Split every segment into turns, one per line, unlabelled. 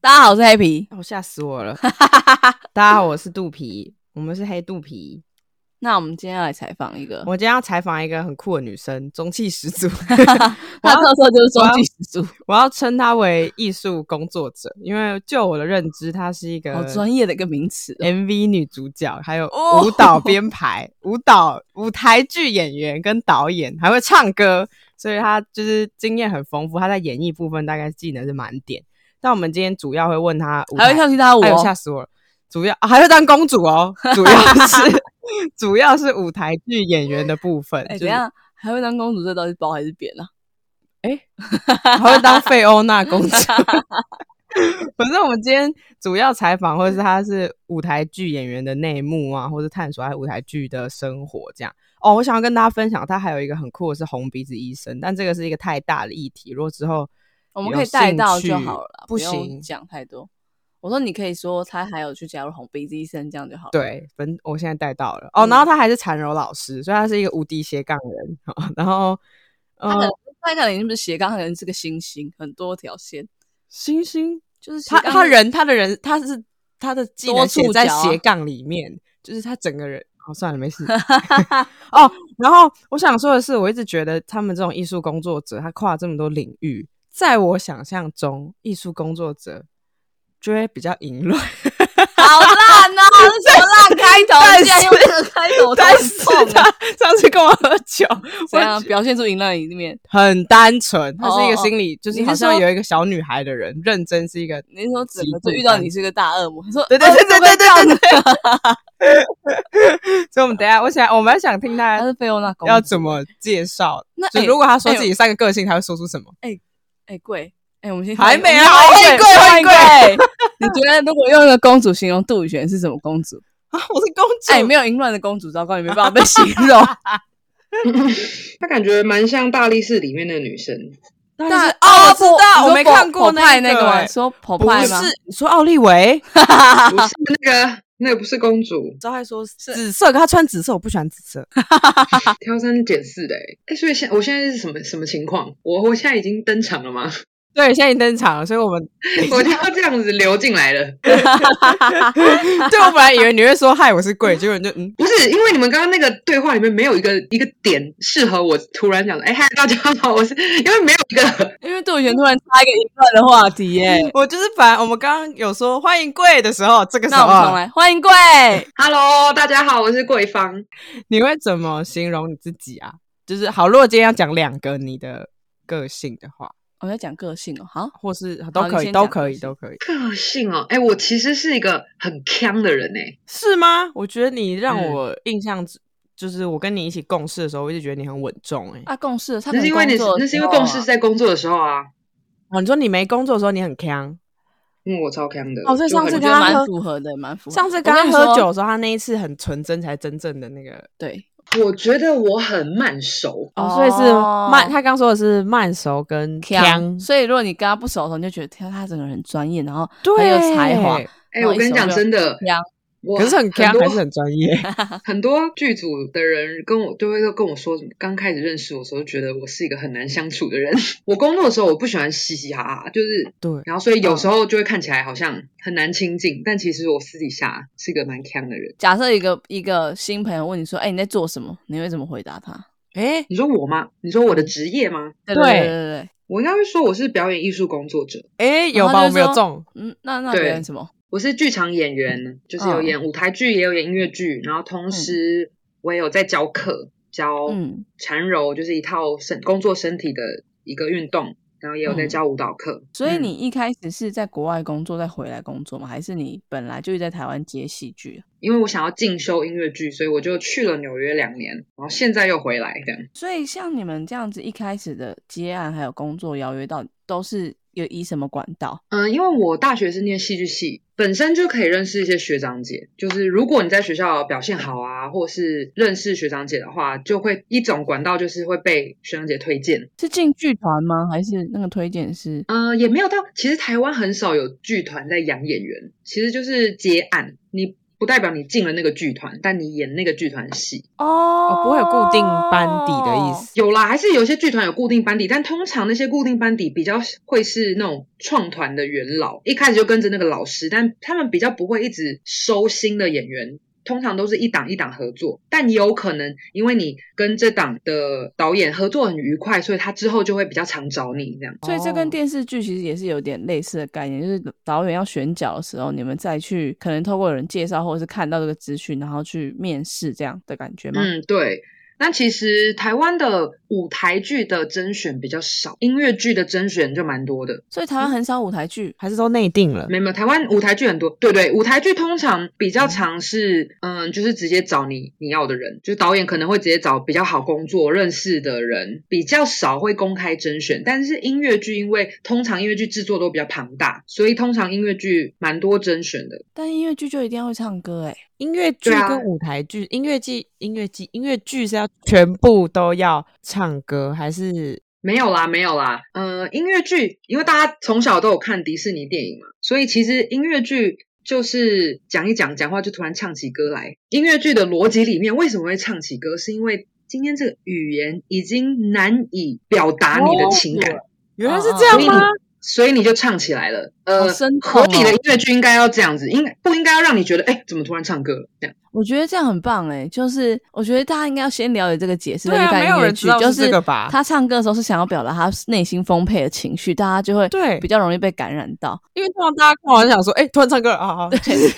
大家好，我是黑皮。
哦，吓死 我了！大家好，我是肚皮，我们是黑肚皮。
那我们今天要来采访一个，
我今天要采访一个很酷的女生，中气十 足。
她的特色就是中气十足，
我要称她为艺术工作者，因为就我的认知，她是一个
好专业的一个名词哦。
MV 女主角，还有
哦
舞蹈编排、舞蹈舞台剧演员跟导演，还会唱歌，所以她就是经验很丰富。她在演艺部分大概技能是满点，但我们今天主要会问她舞台，
还会跳踢踏舞
哎呦，吓
哦，
死我了！主要、啊还会当公 主哦，主要是主要是舞台剧演员的部分，
哎，怎
就是
样？还会当公主，这到底是褒还是贬啊？
还会当费欧娜 公主。反正我们今天主要采访，或者是她是舞台剧演员的内幕啊，或是探索她舞台剧的生活这样。哦，我想要跟大家分享，她还有一个很酷的是红鼻子医生，但这个是一个太大的议题，如果之后
我们可以带到就好了啦，
不
用
行
讲太多。我说你可以说她还有去加入红鼻子医生，这样就好了。，
对，反正我现在带到了
嗯
哦，然后她还是缠柔老师，所以她是一个无敌斜杠人。 然后，
她可
嗯
能，她可能已经不是斜杠，她可能是个星星，很多条线，
星星
就是斜
他
杠
他人他的人他是他的技
多
能写
触
在
角啊
斜杠里面，就是他整个人。哦，算了，没 事。哦，然后我想说的是，我一直觉得他们这种艺术工作者，他跨这么多领域，在我想象中，艺术工作者就会比较淫乱。
好烂 啊！这什么烂开
但
头？
是
竟然用这个开 头，
但
头
是
很痛
他
啊！
上次跟我喝酒，
怎
我
样表现出淫乱的一面？
很单纯，他是一个
哦哦
心理，就
你
是
是
好像
说
有一个小女孩的人，认真是一个
你是说整
极
个
度
就遇到
单
你是个大恶魔？你说哦
对对对对对
对对，
所以我们等一下，我想我们还想听
他
他
是菲欧娜公主。
要怎么介绍。
那
就
哎
如果他说
哎
自己三个个性，他会说出什么？
哎贵哎，我们先
还
欢迎
没
我们
啊
欢迎
欢迎贵欢迎
欢迎贵。 你觉得如果用一个公主形容杜宇璇是什么公主？
啊，我是公主。
哎，没有淫乱的公主，糟糕，你没办法被形容。
她感觉蛮像大力士里面的女生，
但
但哦，我知道，我没看过
那
那
个吗？
哎
说跑
不
派吗？
是你说奥利维，
不是那个，那个不是公主，
之后还说紫色，可他穿紫色，我不喜欢紫色。
挑三拣四的、欸。哎、所以现我现在是什么什么情况？我我现在已经登场 了吗？
对，现在已经登场了，所以我们
我就要这样子流进来了。
对我本来以为你会说嗨，我是贵，结果你就嗯，
不是，因为你们刚刚那个对话里面没有一个一个点适合我突然讲，哎、嗨，大家好，我是因为没有一个，
因为杜宇璇突然插一个淫乱的话题耶。
我就是本来我们刚刚有说欢迎贵的时候，这个时
那我们重
候
来，欢迎贵。
嗯 Hello，大家好，我是桂芳。
你会怎么形容你自己啊？就是好，如果今天要讲两个你的个性的话，
我要讲个性哦，好，
或是都
好你
可以，
先
都
讲
可
个
以，
性
都可以，
个性哦，哎、我其实是一个很强的人哎、
是吗？我觉得你让
嗯
我印象之。就是我跟你一起共事的时候，我一直觉得你很稳重、哎、
啊，共事了，他
那
可能
是因为你
工作的
那是因为
时候
共
啊
事是在工作的时候啊，
哦，你说你没工作的时候你很强，
嗯，我超强的。
哦所以
就
上
很
次
我
跟
觉
他
得
喝
蛮符合的，蛮符合的。
上次
我
跟
跟
他
你
喝
说
酒的时候，他那一次很纯真，才真正的那个
对，
我觉得我很慢熟，
哦，所以是
哦
慢。他刚说的是慢熟跟强，
所以如果你跟他不熟的时候，你就觉得啊他他整个人很专业，然后
对，
很有才华。
哎、
然后
我跟
一
你
熟嗯
讲
就
真的，
强
我
可是很强
多
还是很专 业。
很多剧组的人跟我都会跟我说，刚开始认识我的时候，觉得我是一个很难相处的人。 我工作的时候，我不喜欢嘻嘻哈哈，就是
对
然后所以有时候就会看起来好像很难亲近，但其实我私底下是个蛮强的人。
假设一个一个新朋友问你说：“哎、你在做什么？”你会怎么回答他？
哎、
你说我吗？你说我的职业吗？
对
对
对对对对，
我应该会说我是表演艺术工作者，
哎、有
然
吧？
后
我
就
没有
说
中，
嗯，那那
对
别人什么？
我是剧场演员，就是
嗯
有演舞台剧，也有演音乐剧，然后同时我也有在教课，教
嗯
缠柔，就是一套身工作身体的一个运动，然后也有在
嗯
教舞蹈课。
所以
嗯
你一开始是在国外工作，再回来工作吗？还是你本来就在台湾接戏剧？
因为我想要进修音乐剧，所以我就去了纽约两年，然后现在又回来这样。
所以像你们这样子一开始的接案还有工作邀约到，都是有以什么管道？
嗯，因为我大学是念戏剧系，本身就可以认识一些学长姐。就是如果你在学校表现好啊，或是认识学长姐的话，就会一种管道就是会被学长姐推荐。
是进剧团吗？还是那个推荐是？
呃，也没有到，其实台湾很少有剧团在养演员，其实就是接案，你不代表你进了那个剧团，但你演那个剧团戏。
哦
哦，不会有固定班底的意思。
有啦，还是有些剧团有固定班底，但通常那些固定班底比较会是那种创团的元老，一开始就跟着那个老师，但他们比较不会一直收新的演员。通常都是一档一档合作，但也有可能因为你跟这档的导演合作很愉快，所以他之后就会比较常找你这样。
所以这跟
哦
电视剧其实也是有点类似的概念，就是导演要选角的时候，你们再去可能透过有人介绍或者是看到这个资讯，然后去面试这样的感觉吗？
嗯，对。那其实台湾的舞台剧的甄选比较少，音乐剧的甄选就蛮多的。
所以台
嗯
湾很少舞台剧，
还是都内定了
没有没有，台湾舞台剧很多，对对，舞台剧通常比较常是，嗯，就是直接找你你要的人，就是导演可能会直接找比较好工作认识的人，比较少会公开甄选。但是音乐剧，因为通常音乐剧制作都比较庞大，所以通常音乐剧蛮多甄选的。
但音乐剧就一定要会唱歌哎、
音乐剧
对啊
跟舞台剧、音乐剧、音乐剧、音乐剧是要全部都要唱歌，还是
没有啦，没有啦。呃，音乐剧，因为大家从小都有看迪士尼电影嘛，所以其实音乐剧就是讲一讲讲话就突然唱起歌来。音乐剧的逻辑里面为什么会唱起歌，是因为今天这个语言已经难以表达你的情感，
原来是
哦
这样
所以
吗？
你所以你就唱起来了。呃，
好生动
合
哦
理的音乐剧应该要这样子，应该不应该要让你觉得，哎，怎么突然唱歌了？这样
我觉得这样很棒哎、就是我觉得大家应该要先了解这个解释，
对
再去
啊，
看
没
音
有
乐
人知
剧
道
就是
这个吧？
他唱歌的时候是想要表达他内心丰沛的情绪，大家就会
对
比较容易被感染到。
因为通常大家看完就想说，哎、突然唱歌了啊，好，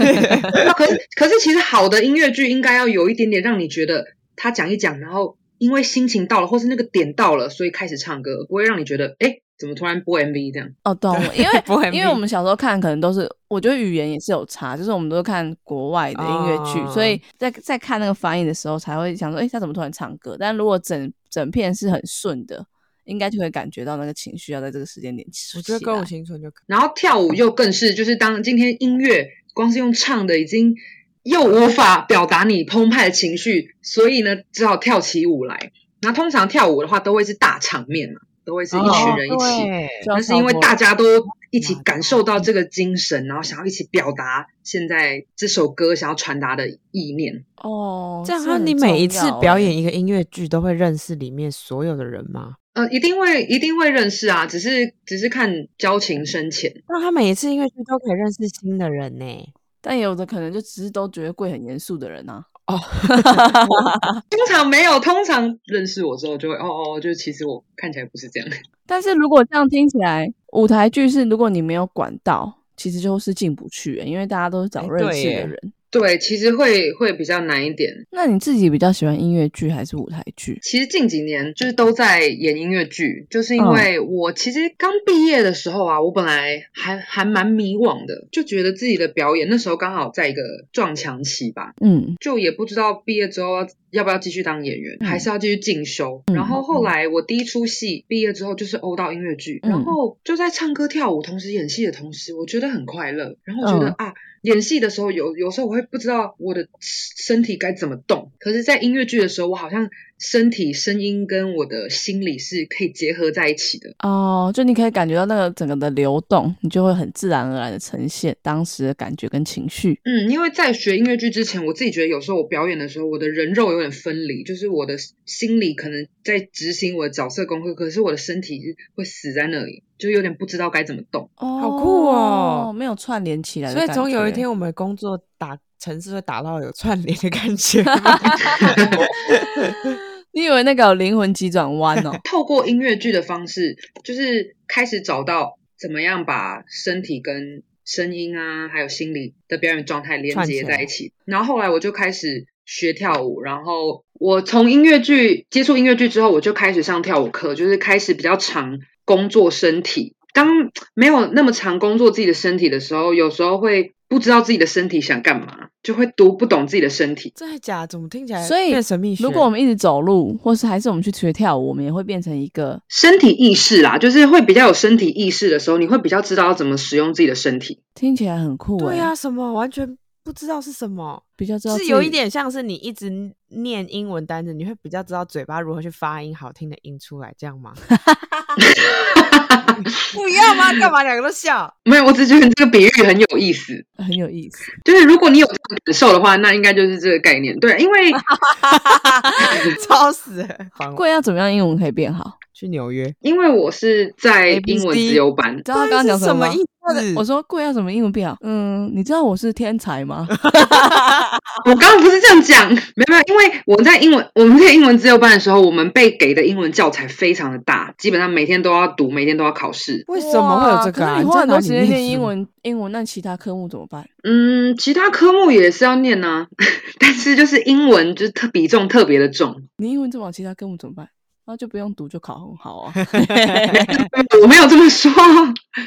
那可是可是其实好的音乐剧应该要有一点点让你觉得他讲一讲，然后因为心情到了，或是那个点到了，所以开始唱歌，不会让你觉得哎怎么突然播 MV 这样。
哦，懂，因
不会
为因为
迷
我们小时候看可能都是，我觉得语言也是有差，就是我们都看国外的音乐剧，
哦
所以在在看那个翻译的时候才会想说，诶，他怎么突然唱歌？但如果整整片是很顺的，应该就会感觉到那个情绪要在这个时间点起。
我觉得歌舞
起
青春就可以。
然后跳舞又更是，就是当今天音乐光是用唱的已经又无法表达你澎湃的情绪，所以呢只好跳起舞来。那通常跳舞的话都会是大场面嘛，都会是一群人一起。
哦对
来，
那是因为大家都一起感受到这个精神，然后想要一起表达现在这首歌想要传达的意念。
哦，
这样，啊
很
你每一
重
次
要
表
欸
演一个音乐剧，都会认识里面所有的人吗？
呃，一定会一定会认识啊，只是只是看交情深浅。
那他每一次音乐剧都可以认识新的人呢、
但有的可能就只是都觉得贵很严肃的人啊，
通常没有，通常认识我之后就会哦哦，就其实我看起来不是这样。
但是如果这样听起来，舞台剧是如果你没有管道，其实就是进不去欸，因为大家都是找
哎
认
对
识
耶
的人。
对，其实会会比较难一点。
那你自己比较喜欢音乐剧还是舞台剧？
其实近几年就是都在演音乐剧，就是因为我其实刚毕业的时候啊，我本来还还蛮迷惘的，就觉得自己的表演那时候刚好在一个撞墙期吧，
嗯，
就也不知道毕业之后要要不要继续当演员，
嗯
还是要继续进修。
嗯
然后后来我第一出戏毕业之后就是欧到音乐剧，
嗯
然后就在唱歌跳舞同时演戏的同时，我觉得很快乐。然后我觉得、
嗯
啊，演戏的时候有有时候我会不知道我的身体该怎么动，可是，在音乐剧的时候，我好像身体、声音跟我的心理是可以结合在一起的。
哦，就你可以感觉到那个整个的流动，你就会很自然而然的呈现当时的感觉跟情绪。
嗯，因为在学音乐剧之前，我自己觉得有时候我表演的时候，我的人肉有点分离，就是我的心里可能在执行我的角色功课，可是我的身体是会死在那里，就有点不知道该怎么动。？
哦
好酷哦
没有串联起来的
所以
感
总有一
觉
天，我们工作打城市会打到有串联的感 觉吗。
你以为那个有灵魂急转弯 哦
透过音乐剧的方式，就是开始找到怎么样把身体跟声音啊，还有心理的表演状态连
串起
接
来
在一起。然后后来我就开始学跳舞，然后我从音乐剧接触音乐剧之后，我就开始上跳舞课，就是开始比较常工作身体。当没有那么常工作自己的身体的时候，有时候会不知道自己的身体想干嘛，就会读不懂自己的身体。
真的假的？怎么听起来
所以
变神秘学？
如果我们一直走路，或是还是我们去学跳舞，我们也会变成一个
身体意识啦，就是会比较有身体意识的时候，你会比较知道要怎么使用自己的身体。
听起来很酷哎、
对啊，什么完全不知道是什么，
比较知道
是
自
有一
己
点像是你一直念英 文单词，你会比较知道嘴巴如何去发音好听的音出来，这样吗？不一样吗？干嘛两个都 笑？
没有，我只觉得这个比喻很有意思。
很有意思。
就是如果你有这个感受的话，那应该就是这个概念。对，因为
超死了！还我
贵要怎么样英文可以变好？
去纽约，
因为我是在
ABC
英文自由班
你，知道他刚刚讲
什
么
么
吗？
意思？
我说贵要怎么英文变好？嗯，你知道我是天才吗？
我刚刚不是这样讲，没有没有，因为我在英文，我们在英文自由班的时候，我们被给的英文教材非常的大，基本上每天都要读，每天都要考试。
为什么会有这个、
哇可
啊？
是你
在
花很
哪
多
里
时间
念
练英
书，
文， 英文那其他科目怎么办？
嗯，其他科目也是要念呢、 但是就是英文就是特比重特别的重。
你英文这么好，其他科目怎么办？然后就不用读，就考很好 啊。
我没有这么说，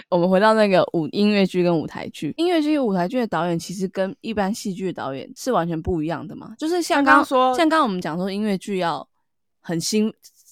我们回到那个舞音乐剧跟舞台剧，音乐剧、舞台剧的导演其实跟一般戏剧的导演是完全不一样的嘛。就是像刚
刚刚说
像刚刚我们讲说音乐剧要很新，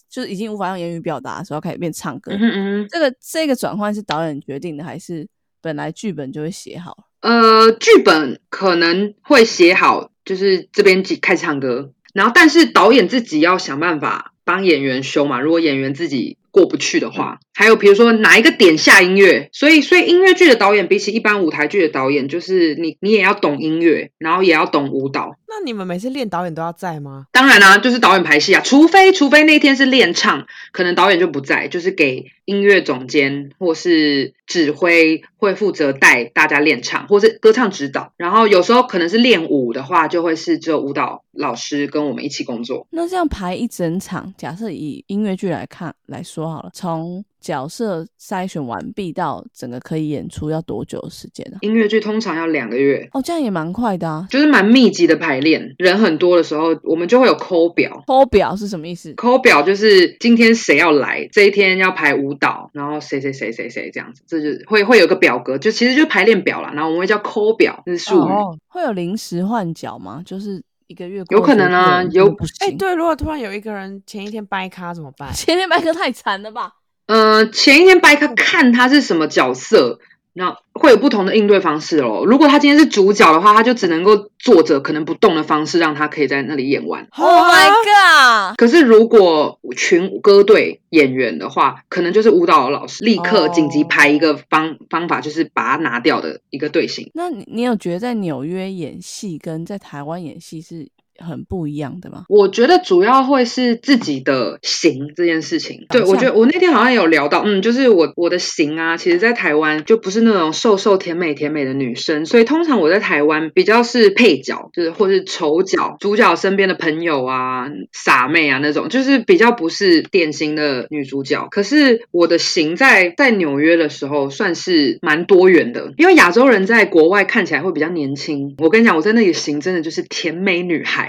就是已经无法用言语表达的时候，开始变唱歌。
嗯哼嗯
这个这个转换是导演决定的，还是本来剧本就会写好？
哼，呃，剧本可能会写好，就是这边几开始唱歌，然后但是导演自己要想办法帮演员修嘛。如果演员自己过不去的话，还有比如说哪一个点下音乐，所以所以音乐剧的导演比起一般舞台剧的导演，就是你你也要懂音乐，然后也要懂舞蹈。
那你们每次练导演都要在吗？
当然啦、就是导演排戏啊，除非除非那天是练唱，可能导演就不在，就是给音乐总监或是指挥会负责带大家练唱，或是歌唱指导。然后有时候可能是练舞的话，就会是只有舞蹈老师跟我们一起工作。
那这样排一整场，假设以音乐剧来看来说好了，从角色筛选完毕到整个可以演出要多久的时间呢、
音乐剧通常要两个月，
哦，这样也蛮快的啊。
就是蛮密集的排练，人很多的时候，我们就会有抠表。
抠表是什么意思？
抠表就是今天谁要来，这一天要排舞蹈，然后谁谁谁谁谁这样子，这就是会会有个表格，就其实就是排练表啦。然后我们会叫抠表，这是术语。
哦，
会有临时换角吗？就是一个月过
有可能啊
去一个人
有
就不
哎、
行。
对，如果突然有一个人前一天掰咖怎么 办？
前面麦克太惨了吧？
呃，前一天掰开看他是什么角色，那会有不同的应对方式咯。如果他今天是主角的话，他就只能够坐着可能不动的方式，让他可以在那里演完。
Oh
啊
my god！
可是如果群歌队演员的话，可能就是舞蹈老师立刻
哦
紧急排一个方、方法，就是把它拿掉的一个队形。
那你你有觉得在纽约演戏跟在台湾演戏是很不一样的 吗？
我觉得主要会是自己的型这件事情。对，
长
我
相
觉得我那天好像有聊到，嗯，就是我我的型啊，其实在台湾就不是那种瘦瘦甜美甜美的女生，所以通常我在台湾比较是配角，就是或是丑角，主角身边的朋友啊、傻妹啊那种，就是比较不是典型的女主角。可是我的型在在纽约的时候算是蛮多元的，因为亚洲人在国外看起来会比较年轻。我跟你讲，我在那里型真的就是甜美女孩。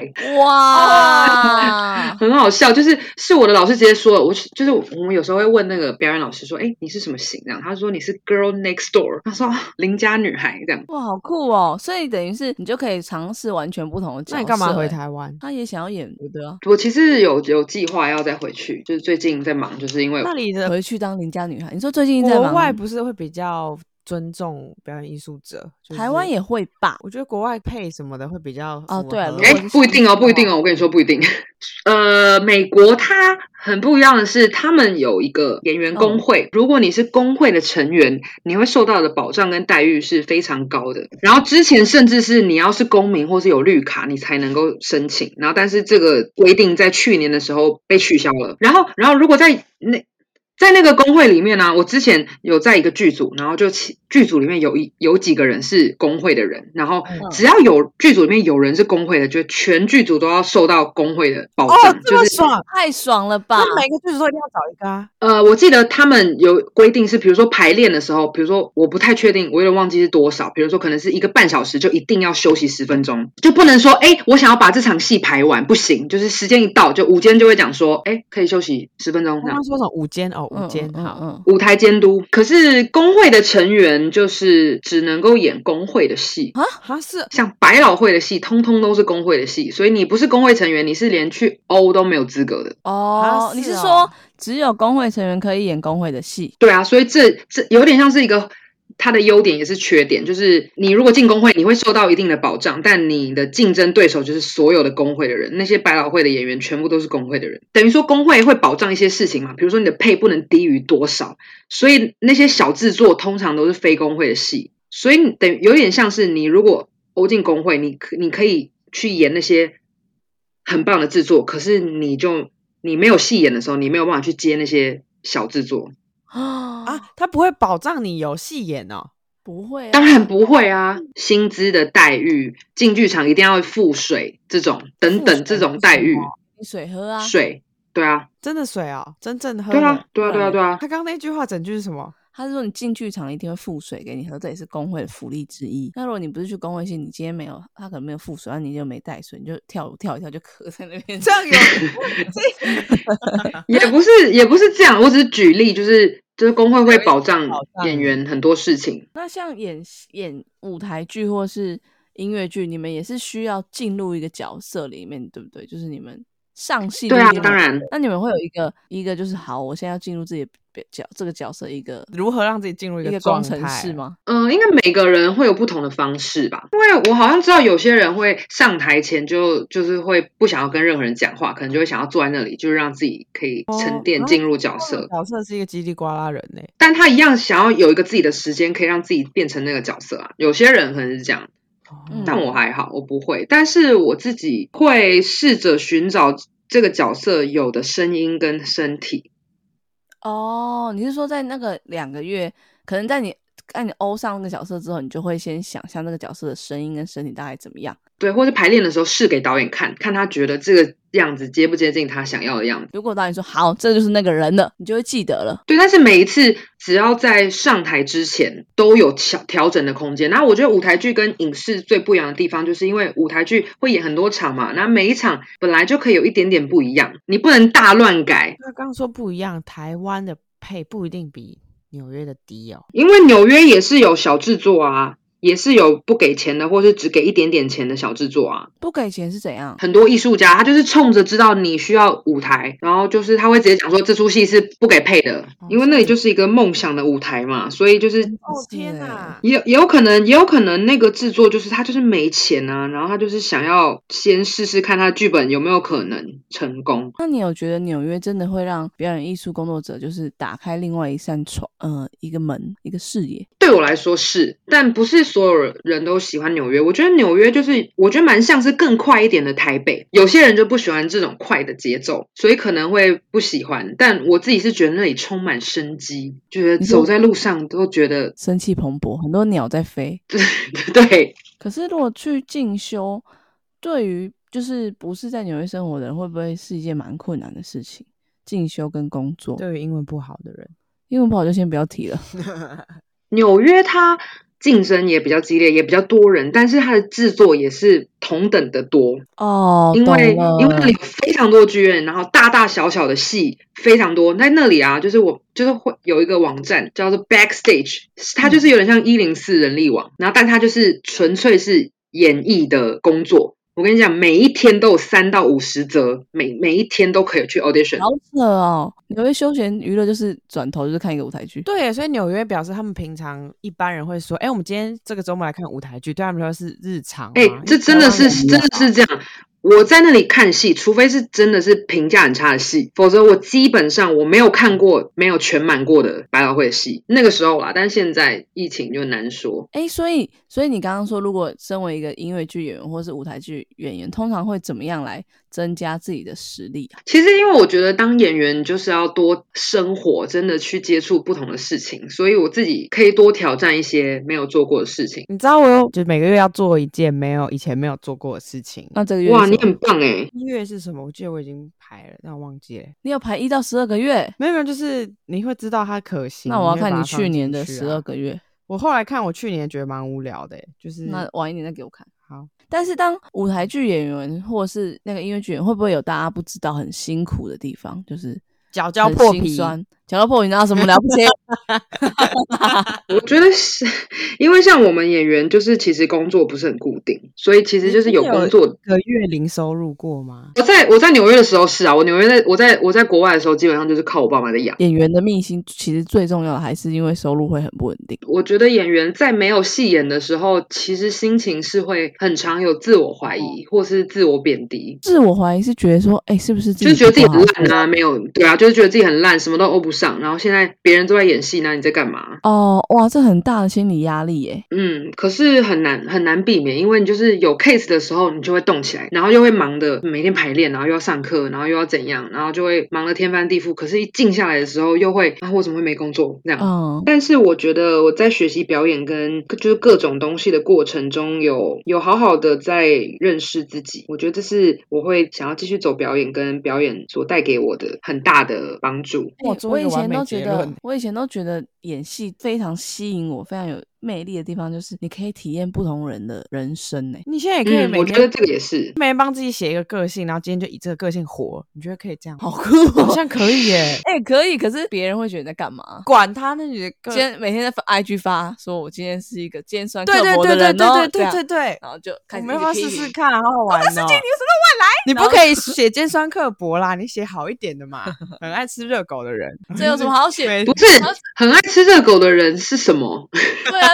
哇！
很好笑，就是是我的老师直接说了，我就是我们有时候会问那个表演老师说，哎，你是什么型这样？他说你是 girl next door，他说啊邻家女孩这样。
哇，好酷哦！所以等于是你就可以尝试完全不同的角色。
那你干嘛回
欸？
台湾？
他也想要演我的啊，
我其实有有计划要再回去，就是最近在忙，就是因为
那里的
回去当邻家女孩。你说最近在
国
忙
外不是会比较尊重表演艺术者？就是
台湾也，会吧？
我觉得国外配什么的会比较
哦对啊
符合
如
哎
果是
不一定哦，不一定
哦
哦，我跟你说不一定。 呃，美国它很不一样的是，他们有一个演员工会，如果你是工会的成员，你会受到的保障跟待遇是非常高的。然后之前甚至是你要是公民或是有绿卡，你才能够申请。然后但是这个规定在去年的时候被取消了。然后，然后如果在那在那个工会里面呢、我之前有在一个剧组，然后就其剧组里面有一有几个人是工会的人，然后
嗯
只要有剧组里面有人是工会的，就全剧组都要受到工会的保
哦
障，
这
就
么
是
爽，
太爽了吧！嗯
那每个剧组都一定要找一个啊。
呃，我记得他们有规定是，比如说排练的时候，比如说我不太确定，我有点忘记是多少，比如说可能是一个半小时，就一定要休息十分钟，就不能说，哎，我想要把这场戏排完，不行，就是时间一到，就午间就会讲说，哎，可以休息十分钟
我
这
刚
样
刚。说什么午间哦，
嗯
午间
嗯
好，
嗯，
舞台监督，可是工会的成员就是只能够演工会的戏，
他是
像百老汇的戏，通通都是工会的戏，所以你不是工会成员，你是连去欧都没有资格的。
哦，
啊
你
是
是
哦
说只有工会成员可以演工会的戏？
对啊，所以这这有点像是一个它的优点也是缺点，就是你如果进工会，你会受到一定的保障，但你的竞争对手就是所有的工会的人，那些百老汇的演员全部都是工会的人，等于说工会会保障一些事情嘛，比如说你的配不能低于多少，所以那些小制作通常都是非工会的戏，所以等于有点像是你如果欧进工会，你可你可以去演那些很棒的制作，可是你就你没有戏演的时候，你没有办法去接那些小制作，
啊，
啊，他不会保障你有戏演哦。
不会、啊，
当然不会啊，薪资的待遇，进剧场一定要付水这种等等这种待遇，
你水喝啊，
水对啊，
真的水哦，真正喝
对啊
的，
对啊，对啊，对啊，
他刚刚那句话整句是什么？
他是说你进剧场一定会付水给你喝，这也是工会的福利之一。那如果你不是去工会系，你今天没有，他可能没有付水，那你就没带水，你就跳舞跳一跳就咳在那边。
这样有
也不是也不是这样，我只是举例，就是就是工会会保障
保障
演员很多事情，
那像演演舞台剧或是音乐剧，你们也是需要进入一个角色里面，对不对？就是你们上戏
对
嗯
啊
那，些
当。然
那你们会有一个一个就是好，我现在要进入自己的角这个角色一个
如何让自己进入
一
一个
个
状
工
态
程师？吗？
嗯，应该每个人会有不同的方式吧，因为我好像知道有些人会上台前就就是会不想要跟任何人讲话，可能就会想要坐在那里，就是让自己可以沉淀
哦
进入角
这
色
种，角色是一个叽里呱啦人呢、
但他一样想要有一个自己的时间，可以让自己变成那个角色啊。有些人可能是这样，
哦
嗯
但我还好，我不会。但是我自己会试着寻找这个角色有的声音跟身体。
哦，你是说在那个两个月，可能在你在你欧上那个角色之后，你就会先想象那个角色的声音跟身体大概怎么样？
对，或者排练的时候试给导演看看，他觉得这个样子接不接近他想要的样子。
如果导演说好，这就是那个人了，你就会记得了。
对，但是每一次只要在上台之前都有调调整的空间。然后我觉得舞台剧跟影视最不一样的地方，就是因为舞台剧会演很多场嘛，那每一场本来就可以有一点点不一样，你不能大乱改。
他刚刚说不一样，台湾的配不一定比纽约的低哦。
因为纽约也是有小制作啊，也是有不给钱的，或是只给一点点钱的小制作啊。
不给钱是怎样？
很多艺术家他就是冲着知道你需要舞台，然后就是他会直接讲说这出戏是不给配的，因为那里就是一个梦想的舞台嘛，所以就是。
哦天哪
哪！
也也有可能，也有可能那个制作就是他就是没钱啊，然后他就是想要先试试看他的剧本有没有可能成功。
那你有觉得纽约真的会让表演艺术工作者就是打开另外一扇窗，呃，一个门，一个视野？
对我来说是，但不是所有人都喜欢纽约。我觉得纽约就是，我觉得蛮像是更快一点的台北。有些人就不喜欢这种快的节奏，所以可能会不喜欢。但我自己是觉得那里充满生机，觉得
你说
走在路上都觉得
生气蓬勃，很多鸟在飞。
对。
可是如果去进修，对于就是不是在纽约生活的人，会不会是一件蛮困难的事情？进修跟工作，
对于英文不好的人，
英文不好就先不要提了。
纽约它竞争也比较激烈，也比较多人，但是它的制作也是同等的多。
哦，
因为
懂了
因为那里有非常多剧院，然后大大小小的戏非常多，在那里啊，就是我就是会有一个网站叫做 Backstage，它
嗯
就是有点像一零四人力网，然后但它就是纯粹是演艺的工作。我跟你讲，每一天都有三到五十则，每每一天都可以去 audition。
好扯哦！纽约休闲娱乐就是转头就是看一个舞台剧，
对，所以纽约表示他们平常一般人会说，哎、我们今天这个周末来看舞台剧，对他们来说是日常啊。
哎、这真的是真的是这样。我在那里看戏，除非是真的是评价很差的戏，否则我基本上我没有看过没有全满过的百老汇的戏。那个时候啦，但现在疫情就难说。
哎，所以所以你刚刚说，如果身为一个音乐剧演员或是舞台剧演员，通常会怎么样来增加自己的实力啊？
其实因为我觉得当演员就是要多生活，真的去接触不同的事情，所以我自己可以多挑战一些没有做过的事情。
你知道我有，就是每个月要做一件没有以前没有做过的事情。
那这个月嗯
哇，
是啊
你
什么
很棒哎！
音乐是什么？我记得我已经排了，但我忘记了。
你有排一到十二个月，
没有没有，就是你会知道它可行。
那我要
会把
看你
它放
去年
进
的
去
十
啊
二个月，
我后来看，我去年觉得蛮无聊的欸，就是
嗯
那晚一点再给我看。
好，
但是当舞台剧演员或是那个音乐剧演员，会不会有大家不知道很辛苦的地方？就是
脚
很
胶破
心
皮，
酸，小老婆，你拿什么了不 起？
我觉得是 因为像我们演员，就是其实工作不是很固定，所以其实就是有工作。
个月零收入过吗？
我在我在纽约的时候是啊，我纽约在我在我在国外的时候，基本上就是靠我爸妈在养。
演员的命心其实最重要的还是因为收入会很不稳定。
我觉得演员在没有戏演的时候，其实心情是会很常有自我怀疑，或是自我贬低，
自我怀疑是觉得说，哎、是不是自
就是
己
觉得自己
不
很
好
烂啊，没有对啊，就是觉得自己很烂，什么都欧不上。然后现在别人都在演戏，那你在干嘛？
哦，哇，这很大的心理压力耶。
嗯，可是很难很难避免，因为你就是有 case 的时候，你就会动起来，然后又会忙的每天排练，然后又要上课，然后又要怎样，然后就会忙得天翻地覆。可是，一静下来的时候，又会啊，我怎么会没工作这样？
嗯，
但是我觉得我在学习表演跟就是各种东西的过程中有，有好好的在认识自己，我觉得这是我会想要继续走表演跟表演所带给我的很大的帮助。
欸
哇做
我
一个
以
完
前
美
都
结
觉得
论，
我以前都觉得演戏非常吸引我，非常有魅力的地方就是你可以体验不同人的人生欸呢、
你现在也可以
嗯，
每
我觉得
天
这个也是。
每天帮自己写一个个性，然后今天就以这个个性活，你觉得可以这样？
好酷哦、 ！
好像可以耶
哎、可以，可是别人会觉得你在干嘛？啊
管他那你的个
今天每天在发 IG 发，说我今天是一个尖酸刻
对对
薄
对
的
对
人哦、
对对对
对，
对对，
然后就
我
开始
们
一
要
直
不要
批
试
评
试看？好 好玩哦！你
然后
不可以写尖酸刻薄啦，你写好一点的 嘛。很爱吃热狗的人，
这有什么好写？
对
不是很爱吃热狗的人是什么？
对啊，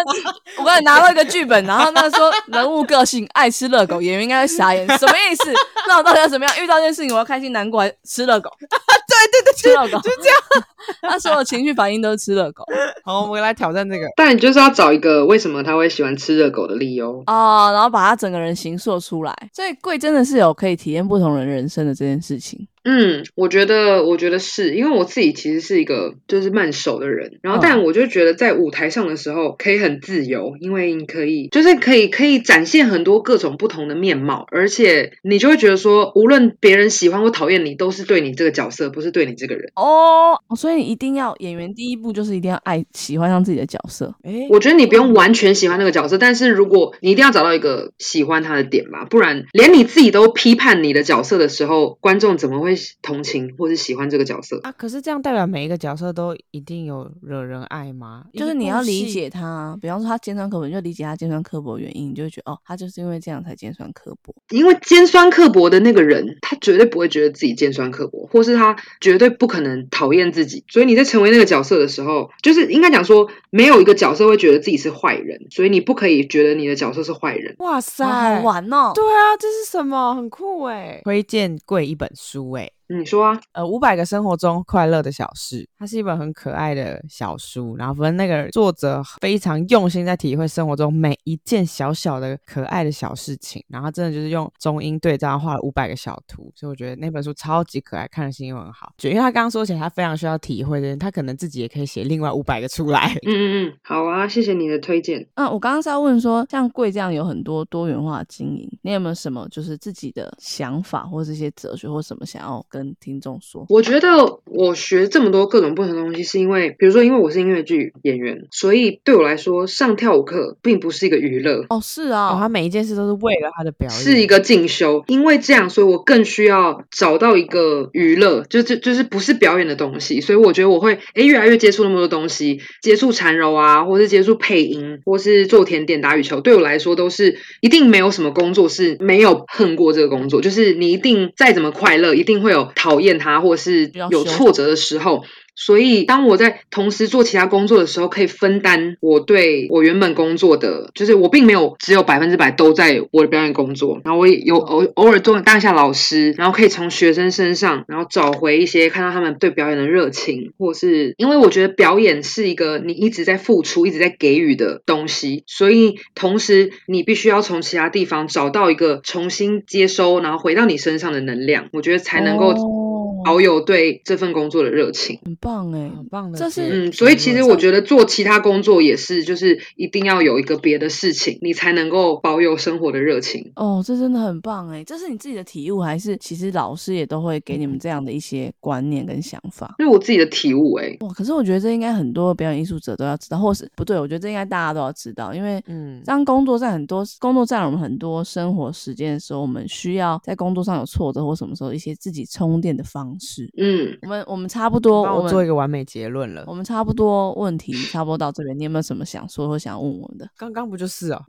我刚才拿到一个剧本，然后那个 说人物个性爱吃热狗，演员应该会傻眼，什么意思？ 那我到底要怎么样？遇到一件事情，我要开心难过，还是吃热狗，
对对
吃
对，
热狗， 就这样。他所有情绪反应都是吃热狗
好，我们来挑战这个。
但你就是要找一个为什么他会喜欢吃热狗的理由。
哦，然后把他整个人形塑出来。所以贵真的是有可以体验不同人人生的这件事情。
嗯，我觉得，我觉得是因为我自己其实是一个就是慢熟的人，然后
嗯
但我就觉得在舞台上的时候可以很自由，因为你可以就是可以可以展现很多各种不同的面貌，而且你就会觉得说，无论别人喜欢或讨厌你，都是对你这个角色，不是对你这个人。
哦，所以你一定要演员第一步就是一定要爱喜欢上自己的角色。
哎，
我觉得你不用完全喜欢那个角色，但是如果你一定要找到一个喜欢他的点吧，不然连你自己都批判你的角色的时候，观众怎么会同情或是喜欢这个角色？
啊，可是这样代表每一个角色都一定有惹人爱吗？
就是
一
你
部
要理
戏
解他，啊比方说他尖酸刻薄，你就理解他尖酸刻薄的原因，你就会觉得哦，他就是因为这样才尖酸刻薄。
因为尖酸刻薄的那个人，他绝对不会觉得自己尖酸刻薄，或是他绝对不可能讨厌自己。所以你在成为那个角色的时候，就是应该讲说，没有一个角色会觉得自己是坏人，所以你不可以觉得你的角色是坏人。
哇塞，
哇好玩哦！
对啊，这是什么？很酷哎！推荐贵一本书哎，
你说啊，
呃，《五百个生活中快乐的小事》，它是一本很可爱的小书。然后，反正那个作者非常用心在体会生活中每一件小小的可爱的小事情。然后，真的就是用中英对照画了五百个小图，所以我觉得那本书超级可爱，看了心情很好。就因为他刚刚说起来，他非常需要体会的，他可能自己也可以写另外五百个出 来。
嗯嗯嗯，好啊，谢谢你的推荐。
嗯，我刚刚是要问说，像贵这样有很多多元化的经营，你有没有什么就是自己的想法或是一些哲学或什么想要跟听众说？
我觉得我学这么多各种不同的东西，是因为，比如说，因为我是音乐剧演员，所以对我来说，上跳舞课并不是一个娱乐，
哦，是
哦，
啊、
他每一件事都是为了他的表演，
是一个进修，因为这样，所以我更需要找到一个娱乐，就就就是不是表演的东西，所以我觉得我会诶越来越接触那么多东西，接触缠柔啊，或是接触配音，或是做甜点、打羽球，对我来说都是一定没有什么工作是没有恨过这个工作，就是你一定再怎么快乐，一定会有讨厌它或是
要
有
修
挫折的时候，所以，当我在同时做其他工作的时候，可以分担我对我原本工作的，就是我并没有只有百分之百都在我的表演工作，然后我也有偶偶尔做当一下老师，然后可以从学生身上，然后找回一些看到他们对表演的热情，或是因为我觉得表演是一个你一直在付出、一直在给予的东西，所以同时你必须要从其他地方找到一个重新接收，然后回到你身上的能量，我觉得才能够
哦，
保有对这份工作的热情。
很棒哎、
很棒的结
这
论。
是
嗯，所以其实我觉得做其他工作也是，就是一定要有一个别的事情，你才能够保有生活的热情。
哦，这真的很棒哎！这是你自己的体悟，还是其实老师也都会给你们这样的一些观念跟想法？
这是我自己的体悟、欸，
哇，可是我觉得这应该很多表演艺术者都要知道，或是不对，我觉得这应该大家都要知道，因为
嗯，
当工作在很多工作占了我们很多生活时间的时候，我们需要在工作上有挫折或什么时候一些自己充电的方方式。
嗯，
我们我们差不多，
帮
我
我做一
们
个完美结论了
我。们差不多问题差不多到这边，你有没有什么想说或想问我们的？
刚刚不就是哦？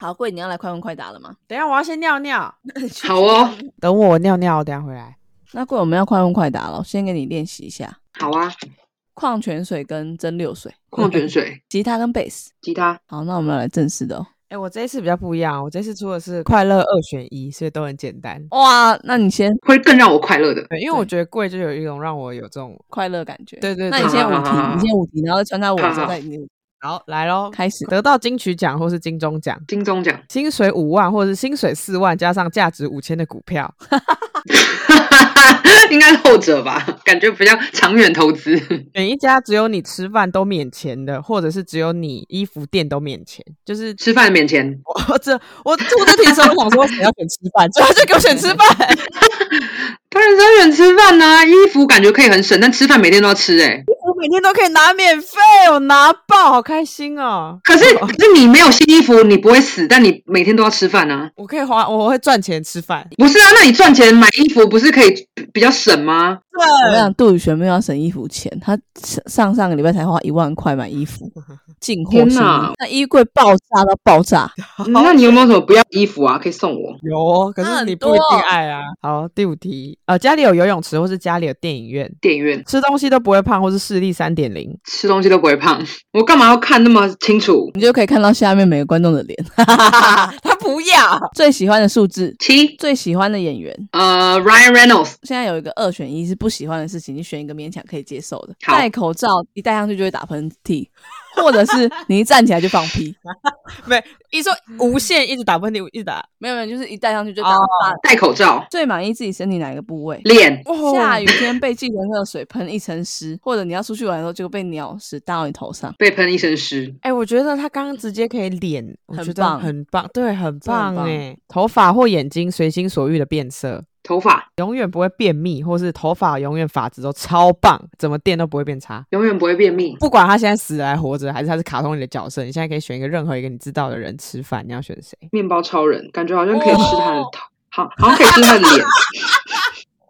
好，贵，你要来快问快答了吗？
等一下我要先尿尿，
好哦，
等我尿尿，我等一下回来。
那贵，我们要快问快答了，我先给你练习一下。
好啊，
矿泉水跟蒸馏水，
矿泉水、
吉他跟贝斯。
吉他，
好，那我们要来正式的哦。
哎、我这一次比较不一样，我这次出的是快乐二选一，所以都很简单。
哇，那你先
会更让我快乐的。
对，因为我
对
觉得贵就有一种让我有这种，
快乐感觉。
对对
那你
对
先
好
五
好好
题，
好
你先五题，然后穿插我
好
说
好
在你
好来喽，
开始。
得到金曲奖或是金钟奖，
金钟奖，
薪水五万或是薪水四万加上价值五千的股票，
应该是后者吧，感觉比较长远投资。
选一家只有你吃饭都免钱的，或者是只有你衣服店都免钱，就是
吃饭免钱，
我这我出这题的时候，我想说谁要选吃 饭，最后就给我选吃饭。
当然是要远吃饭呐、衣服感觉可以很省，但吃饭每天都要吃哎、
我每天都可以拿免费，我拿爆，好开心哦！
可是，可是你没有新衣服，你不会死，但你每天都要吃饭啊。
我可以花，我会赚钱吃饭。
不是啊，那你赚钱买衣服不是可以比比较省吗？
我
对，
想杜宇璇没有要省衣服钱，他上上上个礼拜才花一万块买衣服，进货
天
新
哪
衣，那衣柜爆炸到爆炸。
那你有没有什么不要的衣服啊？可以送我？
有哦，可
它
是
很
你不一
多
定爱啊。好，第五题，呃，家里有游泳池或是家里有电影院，
电影院
吃东西都不会胖，或是视力三点零。
吃东西都不会胖，我干嘛要看那么清楚？
你就可以看到下面每个观众的脸。
他不要，
最喜欢的数字，
七，
最喜欢的演员。
呃，Ryan Reynolds，
现在有一个二选一是不喜欢的事情，你选一个勉强可以接受的。
好
戴口罩一戴上去就会打喷嚏， 或者是你一站起来就放屁。
没一说无限一直打喷嚏，一直打。
没有没有，就是一戴上去就打。
哦
戴口罩，
最满意自己身体哪一个部位？
脸，
哦
下雨天被计程车的水喷一身湿， 或者你要出去玩的时候就被鸟屎打到你头上，
被喷一身湿，
哎、我觉得他刚刚直接可以脸，我
很
觉得
棒
很棒，
真
对，很
的很
棒
棒
哎。头发或眼睛随心所欲的变色，
头发
永远不会便秘，或是头发永远发质都超棒，怎么电都不会变差。
永远不会便秘。
不管他现在死了还活着，还是他是卡通里的角色，你现在可以选一个任何一个你知道的人吃饭，你要选 谁？
面包超人，感觉好像可以吃他的头，好，好像可以吃他的脸。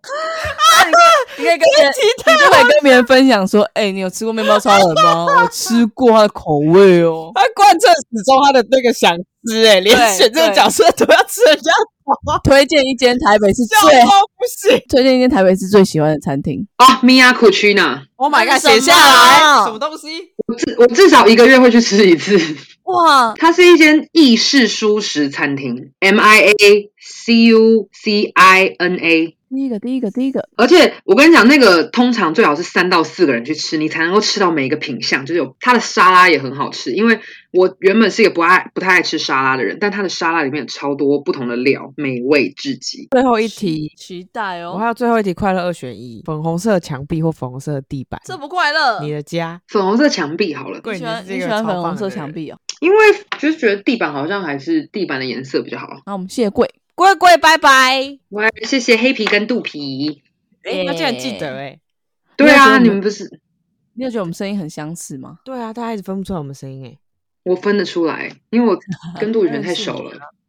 你可以跟别人，你就可以跟别人分享说， 哎、你有吃过面包超人吗？我吃过它的口味哦。
他贯彻始终他的那个想吃、哎，连
对
选这个
对
角色都要吃人家
推荐一间台北市
笑
最
到不行。
推荐一间台北市最喜欢的餐厅。
哦，Mia Kuchina，
Oh my
那是
god，
什么
写下来什么东西？
我至我至少一个月会去吃一次。
哇，
它是一间意式蔬食餐厅，M I A C U C I N A。
第一个，第一个，第一个，
而且我跟你讲，那个通常最好是三到四个人去吃，你才能够吃到每一个品相。就是有它的沙拉也很好吃，因为我原本是一个不爱不太爱吃沙拉的人，但它的沙拉里面有超多不同的料，美味至极。
最后一题，
期待
我还。有最后一题，快乐二选一：粉红色墙壁或粉红色的地板。
这不快乐
你
你
的家，
粉红色墙壁好了，
贵
喜欢
是一
你喜
个
欢
超
粉
棒
红色
的人
墙。壁哦。
因为就是觉得地板好像还是地板的颜色比较好。
那我们谢贵，
贵贵拜拜。
我还谢谢黑皮跟肚皮。
哎，他竟然记
耶
得哎。
对啊，
你有觉得我们
你们不是
你有觉得我们声音很相似吗？
对啊，大家一直分不出来我们声音哎。
我分得出来，因为我跟杜宇轩太熟了。